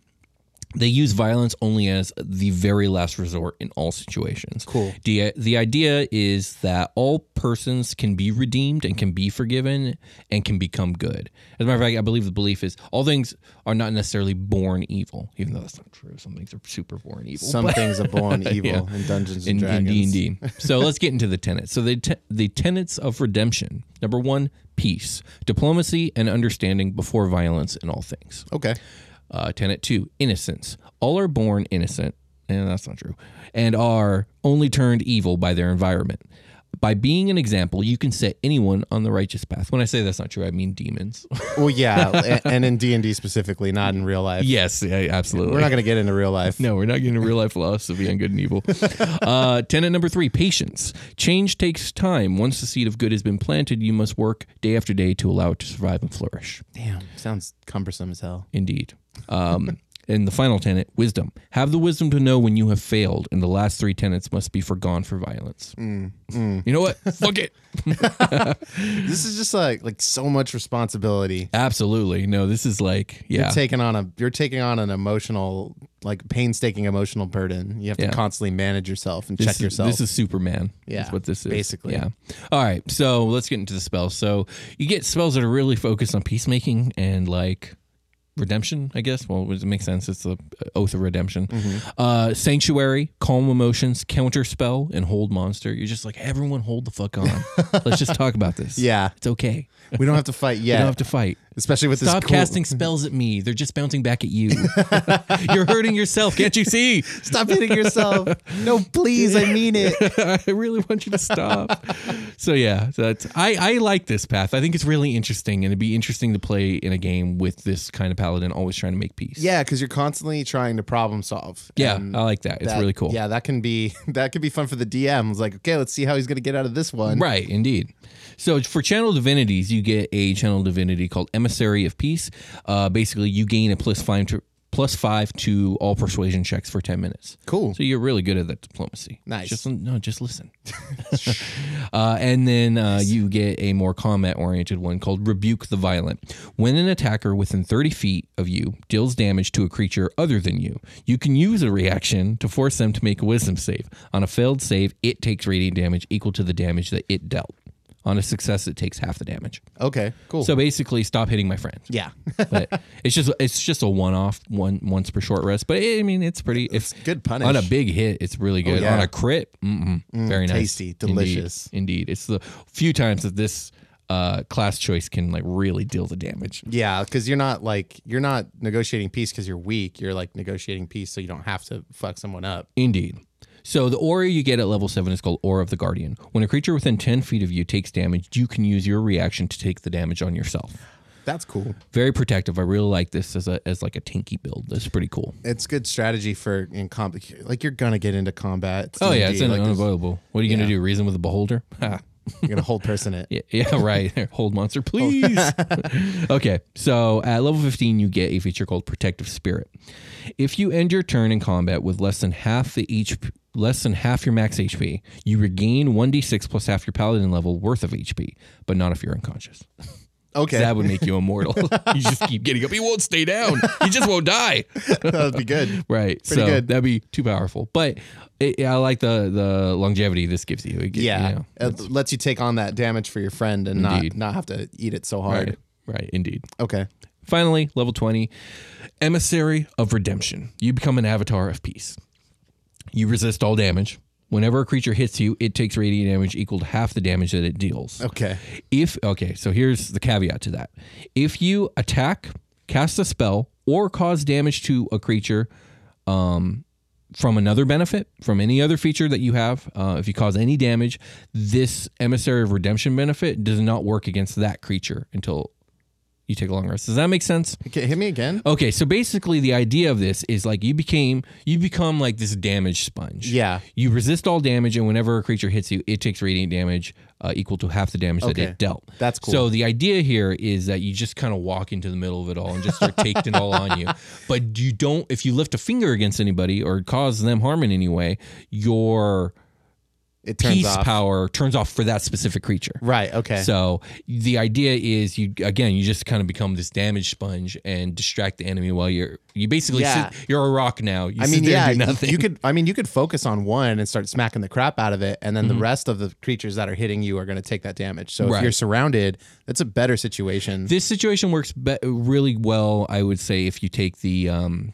Speaker 3: They use violence only as the very last resort in all situations.
Speaker 5: Cool.
Speaker 3: The, the idea is that all persons can be redeemed and can be forgiven and can become good. As a matter of fact, I believe the belief is all things are not necessarily born evil, even though that's not true. Some things are super born evil.
Speaker 5: Some
Speaker 3: but-
Speaker 5: things are born evil
Speaker 3: Yeah.
Speaker 5: in Dungeons
Speaker 3: in, in
Speaker 5: and Dragons.
Speaker 3: D&D. So let's get into the tenets. So the te- the tenets of redemption. Number 1, peace, diplomacy and understanding before violence in all things.
Speaker 5: Okay.
Speaker 3: Uh, tenet 2, innocence. All are born innocent, and that's not true, and are only turned evil by their environment. By being an example, you can set anyone on the righteous path. When I say that's not true, I mean demons.
Speaker 5: Well, yeah, a- and in D and D specifically, not in real life.
Speaker 3: yes, yeah, absolutely.
Speaker 5: We're not gonna get into real life.
Speaker 3: No, we're not getting a real life philosophy on good and evil. Uh, tenet number three patience. Change takes time. Once the seed of good has been planted, you must work day after day to allow it to survive and flourish.
Speaker 5: Damn, sounds cumbersome as hell.
Speaker 3: Indeed. Um, And the final tenet, wisdom. Have the wisdom to know when you have failed, and the last three tenets must be forgone for violence. You know what? Fuck it.
Speaker 5: this is just like like so much responsibility.
Speaker 3: Absolutely. No, this is like yeah.
Speaker 5: You're taking on a you're taking on an emotional like painstaking emotional burden. You have
Speaker 3: Yeah.
Speaker 5: to constantly manage yourself and
Speaker 3: This
Speaker 5: check
Speaker 3: is-
Speaker 5: yourself.
Speaker 3: This is Superman.
Speaker 5: Yeah,
Speaker 3: is what this is.
Speaker 5: basically.
Speaker 3: Yeah. All right. So let's get into the spells. So you get spells that are really focused on peacemaking and like redemption, I guess. Well, it makes sense. It's the oath of redemption.
Speaker 5: Mm-hmm.
Speaker 3: Uh, sanctuary, calm emotions, counter spell, and hold monster. You're just like everyone, hold the fuck on. let's just talk about this.
Speaker 5: yeah.
Speaker 3: It's okay.
Speaker 5: We don't have to fight
Speaker 3: You
Speaker 5: yet.
Speaker 3: don't have to fight.
Speaker 5: especially with
Speaker 3: Stop
Speaker 5: this cool-
Speaker 3: casting spells at me. They're just bouncing back at you. You're hurting yourself. Can't you see?
Speaker 5: Stop hitting yourself. no, please, I mean it.
Speaker 3: I really want you to stop. so yeah, so that's I I like this path. I think it's really interesting, and it'd be interesting to play in a game with this kind of paladin, always trying to make peace.
Speaker 5: Yeah, because you're constantly trying to problem solve.
Speaker 3: Yeah,
Speaker 5: And
Speaker 3: I like that. It's
Speaker 5: that-
Speaker 3: really cool.
Speaker 5: Yeah, that can be that could be fun for the DM. It's like, okay, let's see how he's gonna get out of this one.
Speaker 3: Right, indeed. So for channel divinities, you get a channel divinity called Emissary of Peace. Uh, basically, you gain a plus five to plus five to all persuasion checks for ten minutes.
Speaker 5: Cool.
Speaker 3: So you're really good at that diplomacy.
Speaker 5: Nice.
Speaker 3: Just no, just listen. uh, and then uh, you get a more combat oriented one called Rebuke the Violent. When an attacker within 30 feet of you deals damage to a creature other than you, you can use a reaction to force them to make a wisdom save. On a failed save, it takes radiant damage equal to the damage that it dealt. On a success, it takes half the damage.
Speaker 5: Okay, cool.
Speaker 3: So basically, stop hitting my friend.
Speaker 5: yeah.
Speaker 3: But it's just it's just a one off one once per short rest. But I mean, it's pretty. It's
Speaker 5: Good punish.
Speaker 3: on a big hit, it's really good.
Speaker 5: yeah. Mm,
Speaker 3: On a crit, mm-mm, very nice,
Speaker 5: tasty,
Speaker 3: Indeed.
Speaker 5: delicious.
Speaker 3: Indeed. it's the few times that this uh, class choice can like really deal the damage.
Speaker 5: Yeah, because you're not like you're not negotiating peace because you're weak. You're like negotiating peace so you don't have to fuck someone up.
Speaker 3: Indeed. So the aura you get at level seven is called Aura of the Guardian. When a creature within ten feet of you takes damage, you can use your reaction to take the damage on yourself.
Speaker 5: That's cool.
Speaker 3: Very protective. I really like this as a as like a tinky build. That's pretty cool.
Speaker 5: It's good strategy for in combat. Like you're gonna get into combat. It's
Speaker 3: Oh yeah, it's
Speaker 5: D&D, like, there's-
Speaker 3: unavoidable. What are you gonna do? Reason with a beholder? Ha.
Speaker 5: You're gonna hold person it.
Speaker 3: Yeah, yeah, right. There. Hold monster, please. okay, so at level 15, you get a feature called Protective Spirit. If you end your turn in combat with less than half the HP, less than half your max HP, you regain 1d6 plus half your paladin level worth of HP, but not if you're unconscious.
Speaker 5: Okay,
Speaker 3: That would make you immortal. you just keep getting up. You won't stay down. You just won't die.
Speaker 5: that'd be good.
Speaker 3: Right.
Speaker 5: Pretty
Speaker 3: so
Speaker 5: good.
Speaker 3: that'd be too powerful. But it, I like the the longevity this gives you. It gi-
Speaker 5: Yeah,
Speaker 3: you know,
Speaker 5: it lets you take on that damage for your friend and
Speaker 3: Indeed.
Speaker 5: not not have to eat it so hard.
Speaker 3: right. Right. Indeed.
Speaker 5: Okay,
Speaker 3: Finally, level 20, Emissary of Redemption. You become an avatar of peace. You resist all damage. Whenever a creature hits you, it takes radiant damage equal to half the damage that it deals.
Speaker 5: okay.
Speaker 3: If okay, so here's the caveat to that. If you attack, cast a spell, or cause damage to a creature um, from another benefit, from any other feature that you have, uh, if you cause any damage, this emissary of redemption benefit does not work against that creature until you take a long rest. Does that make sense?
Speaker 5: Okay, hit me again.
Speaker 3: Okay, so basically the idea of this is like you became you become like this damage sponge.
Speaker 5: Yeah.
Speaker 3: You resist all damage, and whenever a creature hits you, it takes radiant damage uh, equal to half the damage that
Speaker 5: Okay.
Speaker 3: it dealt.
Speaker 5: That's cool.
Speaker 3: So the idea here is that you just kind of walk into the middle of it all and just start taking it all on you. But you don't if you lift a finger against anybody or cause them harm in any way, your
Speaker 5: It turns
Speaker 3: peace
Speaker 5: off.
Speaker 3: power turns off for that specific creature.
Speaker 5: Right. Okay.
Speaker 3: So the idea is you again you just kind of become this damage sponge and distract the enemy while you're you basically
Speaker 5: Yeah.
Speaker 3: sit, you're a rock now. You
Speaker 5: I
Speaker 3: sit
Speaker 5: mean,
Speaker 3: there
Speaker 5: yeah,
Speaker 3: and do
Speaker 5: y-
Speaker 3: nothing.
Speaker 5: you could. I mean, you could focus on one and start smacking the crap out of it, and then the rest of the creatures that are hitting you are going to take that damage. So
Speaker 3: Mm-hmm. Right.
Speaker 5: if you're surrounded, that's a better situation.
Speaker 3: this situation works be- really well, I would say, if you take the um,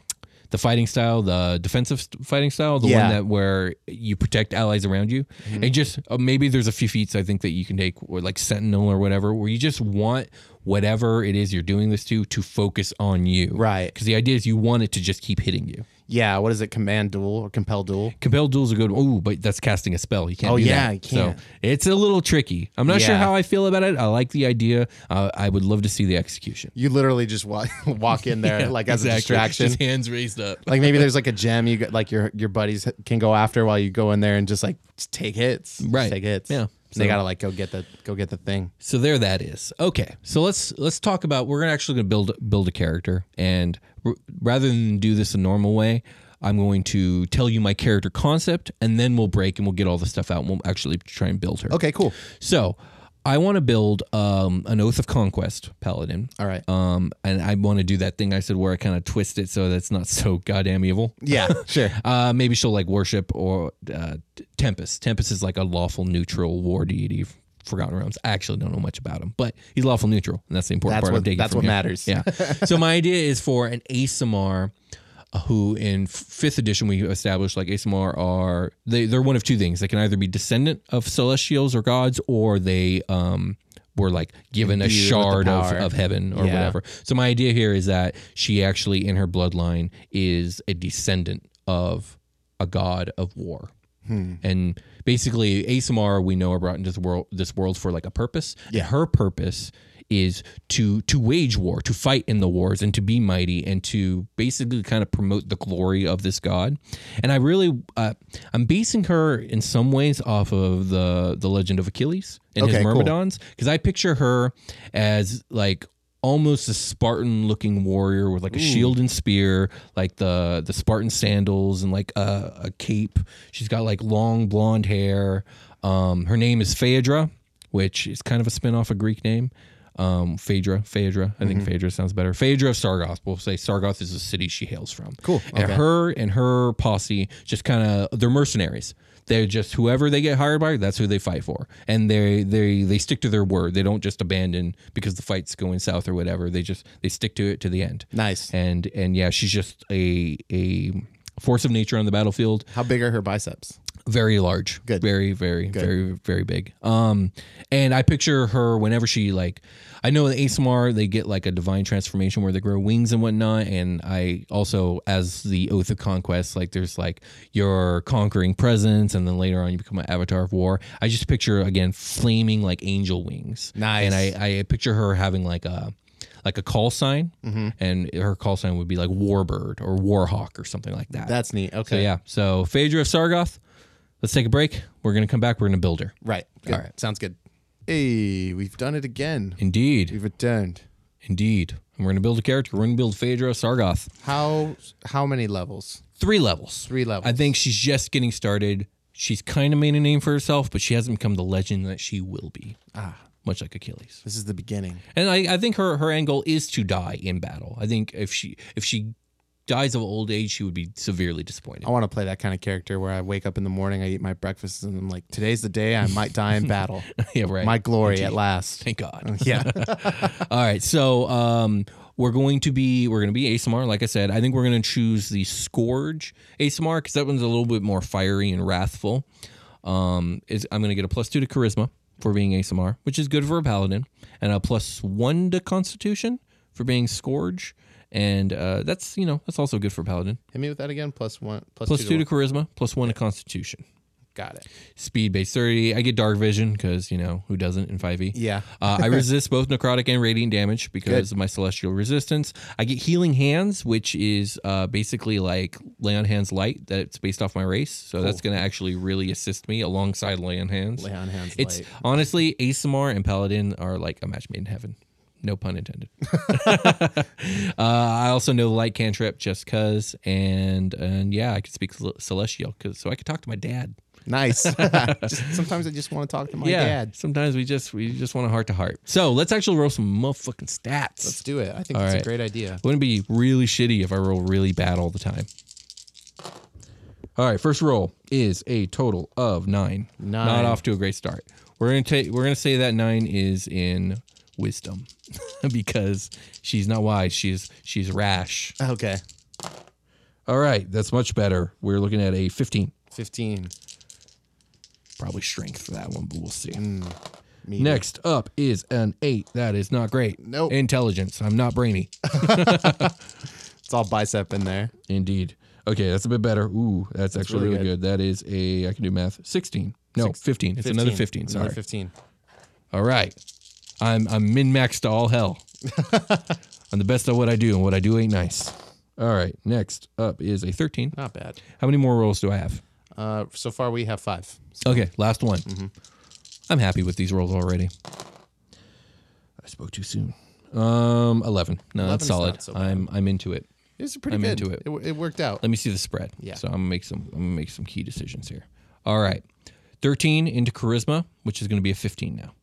Speaker 3: the fighting style, the defensive st- fighting style, the
Speaker 5: Yeah. Mm-hmm.
Speaker 3: one that where you protect allies around you, and just uh, maybe there's a few feats I think that you can take, or like Sentinel or whatever, where you just want whatever it is you're doing this to to focus on you,
Speaker 5: Right.
Speaker 3: Because the idea is you want it to just keep hitting you.
Speaker 5: yeah. What is it? Command duel or compel duel?
Speaker 3: Compel duel's a good. Oh, but that's casting a spell. You can't.
Speaker 5: Oh,
Speaker 3: do
Speaker 5: yeah,
Speaker 3: that.
Speaker 5: you can't.
Speaker 3: So it's a little tricky. I'm not sure
Speaker 5: Yeah.
Speaker 3: how I feel about it. I like the idea. Uh, I would love to see the execution.
Speaker 5: You literally just walk, walk in there like as a
Speaker 3: Exactly.
Speaker 5: distraction.
Speaker 3: Just hands raised up.
Speaker 5: like maybe there's like a gem you got, like your your buddies can go after while you go in there and just like just take hits. Just
Speaker 3: right.
Speaker 5: Take hits.
Speaker 3: Yeah.
Speaker 5: they gotta like go get the go get the thing.
Speaker 3: So there that is. Okay. So let's let's talk about we're gonna actually going to build build a character and r- rather than do this a normal way, I'm going to tell you my character concept and then we'll break and we'll get all the stuff out and we'll actually try and build her.
Speaker 5: Okay, cool.
Speaker 3: So I want to build um, an oath of conquest paladin.
Speaker 5: All right.
Speaker 3: Um, and I want to do that thing I said where I kind of twist it so that's not so goddamn evil.
Speaker 5: Yeah, sure.
Speaker 3: Uh, maybe she'll like worship or uh, Tempest. Tempest is like a lawful neutral war deity. f- Forgotten Realms. I actually don't know much about him, but he's lawful neutral, and that's the important
Speaker 5: That's
Speaker 3: part.
Speaker 5: what-
Speaker 3: I'm taking
Speaker 5: that's
Speaker 3: from
Speaker 5: what
Speaker 3: here.
Speaker 5: matters.
Speaker 3: Yeah. so my idea is for an ASMR, who in fifth edition we established like ASMR are they they're one of two things. They can either be descendant of celestials or gods, or they um were like given a
Speaker 5: Imbued with the
Speaker 3: shard of,
Speaker 5: power.
Speaker 3: of heaven or
Speaker 5: Yeah.
Speaker 3: whatever. So my idea here is that she actually in her bloodline is a descendant of a god of war.
Speaker 5: Hmm.
Speaker 3: And basically, ASMR we know are brought into the world this world for like a purpose.
Speaker 5: Yeah.
Speaker 3: And her purpose is to to wage war, to fight in the wars, and to be mighty, and to basically kind of promote the glory of this god. And I really, uh, I'm basing her in some ways off of the the legend of Achilles and
Speaker 5: Okay,
Speaker 3: his
Speaker 5: cool.
Speaker 3: Myrmidons, because I picture her as like almost a Spartan looking warrior with like a
Speaker 5: Ooh.
Speaker 3: shield and spear, like the the Spartan sandals and like a, a cape. She's got like long blonde hair. Um, her name is Phaedra, which is kind of a spin-off of Greek name. Um, Phaedra, Phaedra. I
Speaker 5: Mm-hmm.
Speaker 3: think Phaedra sounds better. Phaedra of Sargoth. We'll say Sargoth is the city she hails from.
Speaker 5: Cool.
Speaker 3: And
Speaker 5: Okay.
Speaker 3: her and her posse just kind of they're mercenaries. They're just whoever they get hired by, that's who they fight for, and they they they stick to their word. They don't just abandon because the fight's going south or whatever. They just they stick to it to the end.
Speaker 5: Nice.
Speaker 3: And and yeah, she's just a a force of nature on the battlefield
Speaker 5: How big are her biceps?
Speaker 3: very large
Speaker 5: Good.
Speaker 3: very very
Speaker 5: Good.
Speaker 3: very very big um and i picture her whenever she like i know in asmr they get like a divine transformation where they grow wings and whatnot and i also as the oath of conquest like there's like your conquering presence and then later on you become an avatar of war i just picture again flaming like angel wings
Speaker 5: Nice.
Speaker 3: and i i picture her having like a like a call sign
Speaker 5: Mm-hmm.
Speaker 3: and her call sign would be like warbird or warhawk or something like that
Speaker 5: That's neat. Okay.
Speaker 3: so yeah, so Phaedra of Sargoth. Let's take a break. We're gonna come back. We're gonna build her.
Speaker 5: Right. Good.
Speaker 3: All right.
Speaker 5: Sounds good. Hey, we've done it again.
Speaker 3: Indeed,
Speaker 5: We've returned.
Speaker 3: indeed. And we're gonna build a character. We're gonna build Phaedra of Sargoth.
Speaker 5: How how many levels?
Speaker 3: Three levels.
Speaker 5: Three levels.
Speaker 3: I think she's just getting started. She's kind of made a name for herself, but she hasn't become the legend that she will be. Ah, much like Achilles.
Speaker 5: this is the beginning.
Speaker 3: And I, I think her her angle is to die in battle. I think if she if she dies of old age, she would be severely disappointed.
Speaker 5: I want to play that kind of character where I wake up in the morning, I eat my breakfast, and I'm like, today's the day I might die in battle.
Speaker 3: yeah, right.
Speaker 5: My glory at
Speaker 3: Indeed.
Speaker 5: last.
Speaker 3: Thank God.
Speaker 5: Yeah.
Speaker 3: All right, so um, we're going to be we're going to be ASMR. Like I said, I think we're going to choose the Scourge ASMR because that one's a little bit more fiery and wrathful. Um, is I'm going to get a plus two to Charisma for being ASMR, which is good for a Paladin, and a plus one to Constitution for being Scourge, and uh, that's you know that's also good for Paladin.
Speaker 5: Hit me with that again. Plus one. Plus,
Speaker 3: Plus two to
Speaker 5: one.
Speaker 3: Charisma, plus one to Constitution.
Speaker 5: Got it.
Speaker 3: Speed base 30. I get dark vision because, you know, who doesn't in 5e?
Speaker 5: Yeah.
Speaker 3: Uh, I resist both necrotic and radiant damage because of my celestial resistance. I get healing hands, which is uh, basically like lay on hands light that's based off my race. So that's going to actually really assist me alongside lay on hands.
Speaker 5: Lay on hands.
Speaker 3: it's
Speaker 5: light.
Speaker 3: honestly, ASMR and Paladin are like a match made in heaven. No pun intended. uh, I also know the light cantrip just because. And, and yeah, I could speak cel- celestial 'cause- so I could talk to my dad.
Speaker 5: nice. Just- sometimes I just want to talk to my dad.
Speaker 3: Sometimes we just we just want a heart to heart. So let's actually roll some motherfucking stats.
Speaker 5: Let's do it. I think
Speaker 3: All
Speaker 5: it's
Speaker 3: right.
Speaker 5: a great idea.
Speaker 3: Wouldn't it be really shitty if I roll really bad all the time. All right, first roll is a total of nine.
Speaker 5: Nine.
Speaker 3: Not off to a great start. We're gonna take we're gonna say that nine is in wisdom because she's not wise. She's she's rash.
Speaker 5: Okay.
Speaker 3: All right, that's much better. We're looking at a fifteen.
Speaker 5: 15.
Speaker 3: Probably strength for that one, but we'll see.
Speaker 5: Meaty.
Speaker 3: Next up is an eight. That is not great.
Speaker 5: Nope.
Speaker 3: Intelligence. I'm not brainy.
Speaker 5: It's all bicep in there.
Speaker 3: Indeed. Okay, that's a bit better. Ooh, that's, actually really,
Speaker 5: really
Speaker 3: good. That is a, I can do math, 16. No, 15. It's another 15. Sorry.
Speaker 5: Another 15.
Speaker 3: All right. I'm, I'm min maxed to all hell. I'm the best at what I do, and what I do ain't nice. All right. Next up is a 13.
Speaker 5: Not bad.
Speaker 3: How many more rolls do I have?
Speaker 5: Uh, so far, we have five.
Speaker 3: Okay, last one. I'm happy with these rolls already. I spoke too soon. Um, eleven. No,
Speaker 5: 11
Speaker 3: that's
Speaker 5: is
Speaker 3: solid.
Speaker 5: not so bad.
Speaker 3: I'm I'm into it.
Speaker 5: These are pretty
Speaker 3: I'm
Speaker 5: good.
Speaker 3: into it.
Speaker 5: It w- it worked out.
Speaker 3: Let me see the spread.
Speaker 5: Yeah.
Speaker 3: So I'm gonna make some. I'm gonna make some key decisions here. All right, thirteen into charisma, which is gonna be a fifteen now.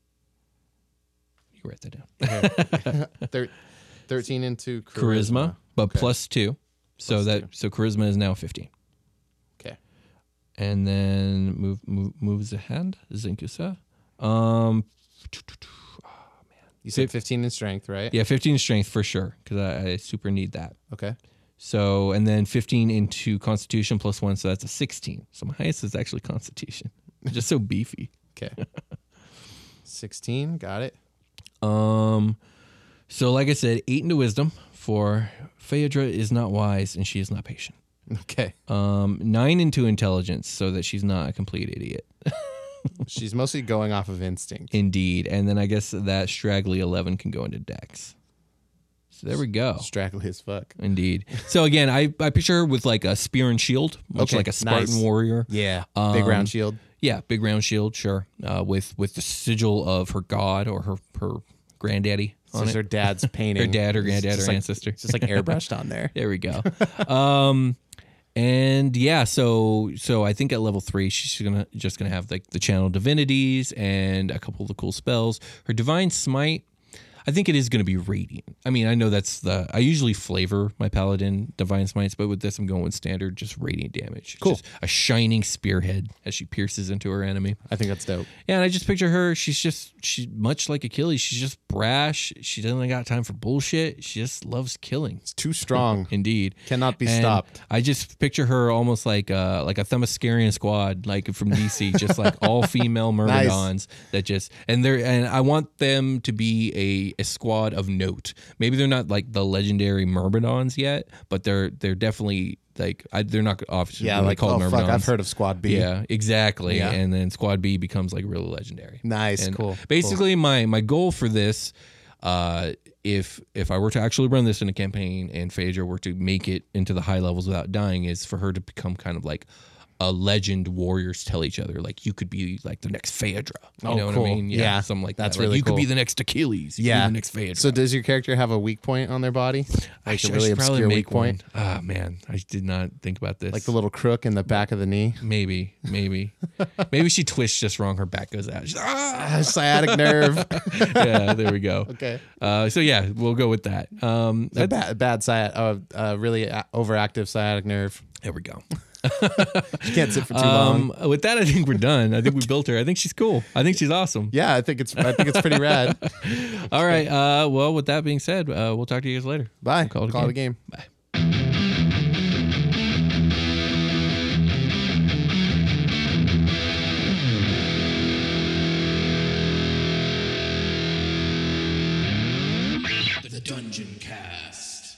Speaker 3: You can write that down.
Speaker 5: Thir- Thirteen into
Speaker 3: Charisma,
Speaker 5: charisma.
Speaker 3: but plus two. So that so charisma is now fifteen.
Speaker 5: Okay.
Speaker 3: and then move, move moves ahead. Zinkusa. Um,
Speaker 5: You said fifteen in strength, right?
Speaker 3: yeah, fifteen in strength for sure because I, I super need that.
Speaker 5: Okay.
Speaker 3: So and then fifteen into Constitution plus one, so that's a sixteen. So my highest is actually Constitution. I'm just so beefy.
Speaker 5: Okay. Sixteen. Got it.
Speaker 3: Um, so like I said, eight into wisdom for Phaedra is not wise and she is not patient.
Speaker 5: Okay.
Speaker 3: Um, nine into intelligence so that she's not a complete idiot.
Speaker 5: She's mostly going off of instinct.
Speaker 3: Indeed, and then I guess that straggly eleven can go into Dex. So there we go.
Speaker 5: Straggly as fuck.
Speaker 3: Indeed. So again, I, I picture her with like a spear and shield, much
Speaker 5: Okay,
Speaker 3: like a Spartan
Speaker 5: nice.
Speaker 3: warrior.
Speaker 5: Yeah, big
Speaker 3: Um,
Speaker 5: round shield.
Speaker 3: Yeah, big round shield. Sure, uh, with with the sigil of her god or her her granddaddy.
Speaker 5: It's
Speaker 3: on
Speaker 5: just
Speaker 3: it.
Speaker 5: her dad's painting.
Speaker 3: Her dad or
Speaker 5: It's
Speaker 3: granddad or
Speaker 5: just like-
Speaker 3: ancestor.
Speaker 5: it's just like airbrushed on there.
Speaker 3: There we go. Um, and yeah, so so I think at level three, she's gonna just gonna have like the channel divinities and a couple of the cool spells. Her divine smite, I think it is gonna be radiant. I mean, I know that's the I usually flavor my paladin divine smites, but with this, I'm going with standard, just radiant damage. Cool, a shining spearhead as she pierces into her enemy.
Speaker 5: I think that's dope.
Speaker 3: Yeah, and I just picture her. She's just she much like Achilles. She's just brash. She doesn't got time for bullshit. She just loves killing. It's
Speaker 5: too strong.
Speaker 3: Indeed,
Speaker 5: Cannot be
Speaker 3: And
Speaker 5: stopped.
Speaker 3: I just picture her almost like uh like a Themyscirian squad, like from DC, just like all female
Speaker 5: Nice.
Speaker 3: myrmidons that just and they're and I want them to be a, a squad of note. Maybe they're not like the legendary myrmidons yet, but they're they're definitely. Like I, they're not obviously
Speaker 5: Yeah,
Speaker 3: really
Speaker 5: like,
Speaker 3: called
Speaker 5: oh, fuck, I've
Speaker 3: Myrmidons.
Speaker 5: heard of Squad B.
Speaker 3: Yeah, exactly.
Speaker 5: Yeah.
Speaker 3: And then Squad B becomes like really legendary.
Speaker 5: Nice,
Speaker 3: And
Speaker 5: cool,
Speaker 3: Basically, my my goal for this, uh, if if I were to actually run this in a campaign and Phaedra were to make it into the high levels without dying, is for her to become kind of like a legend warriors tell each other like you could be like the next Phaedra. You
Speaker 5: Oh,
Speaker 3: know
Speaker 5: cool.
Speaker 3: what I mean?
Speaker 5: Yeah,
Speaker 3: something like
Speaker 5: that's
Speaker 3: that. Like,
Speaker 5: really
Speaker 3: you could be
Speaker 5: cool.
Speaker 3: the next Achilles. You could be
Speaker 5: Yeah.
Speaker 3: the next Phaedra.
Speaker 5: So does your character have a weak point on their body?
Speaker 3: I
Speaker 5: Like
Speaker 3: should,
Speaker 5: a
Speaker 3: I
Speaker 5: really
Speaker 3: should probably
Speaker 5: obscure
Speaker 3: make
Speaker 5: weak point.
Speaker 3: one. Ah man, I did not think about this.
Speaker 5: Like the little crook in the back of the knee.
Speaker 3: Maybe, maybe, maybe she twists just wrong. Her back goes out. She's, ah!
Speaker 5: Sciatic nerve.
Speaker 3: yeah, there we go.
Speaker 5: Okay.
Speaker 3: Uh, so yeah, we'll go with that. Um,
Speaker 5: A bad, bad sciat, uh, uh, really a- overactive sciatic nerve.
Speaker 3: There we go.
Speaker 5: she can't sit for too long.
Speaker 3: um, with that, I think we're done. I think we built her. I think she's cool. I think she's awesome.
Speaker 5: Yeah, I think it's I think it's pretty rad.
Speaker 3: All right. Uh, well, with that being said, uh, we'll talk to you guys later.
Speaker 5: Bye.
Speaker 3: Call it a
Speaker 5: Call it a game.
Speaker 3: Bye.
Speaker 8: The Dungeon Cast.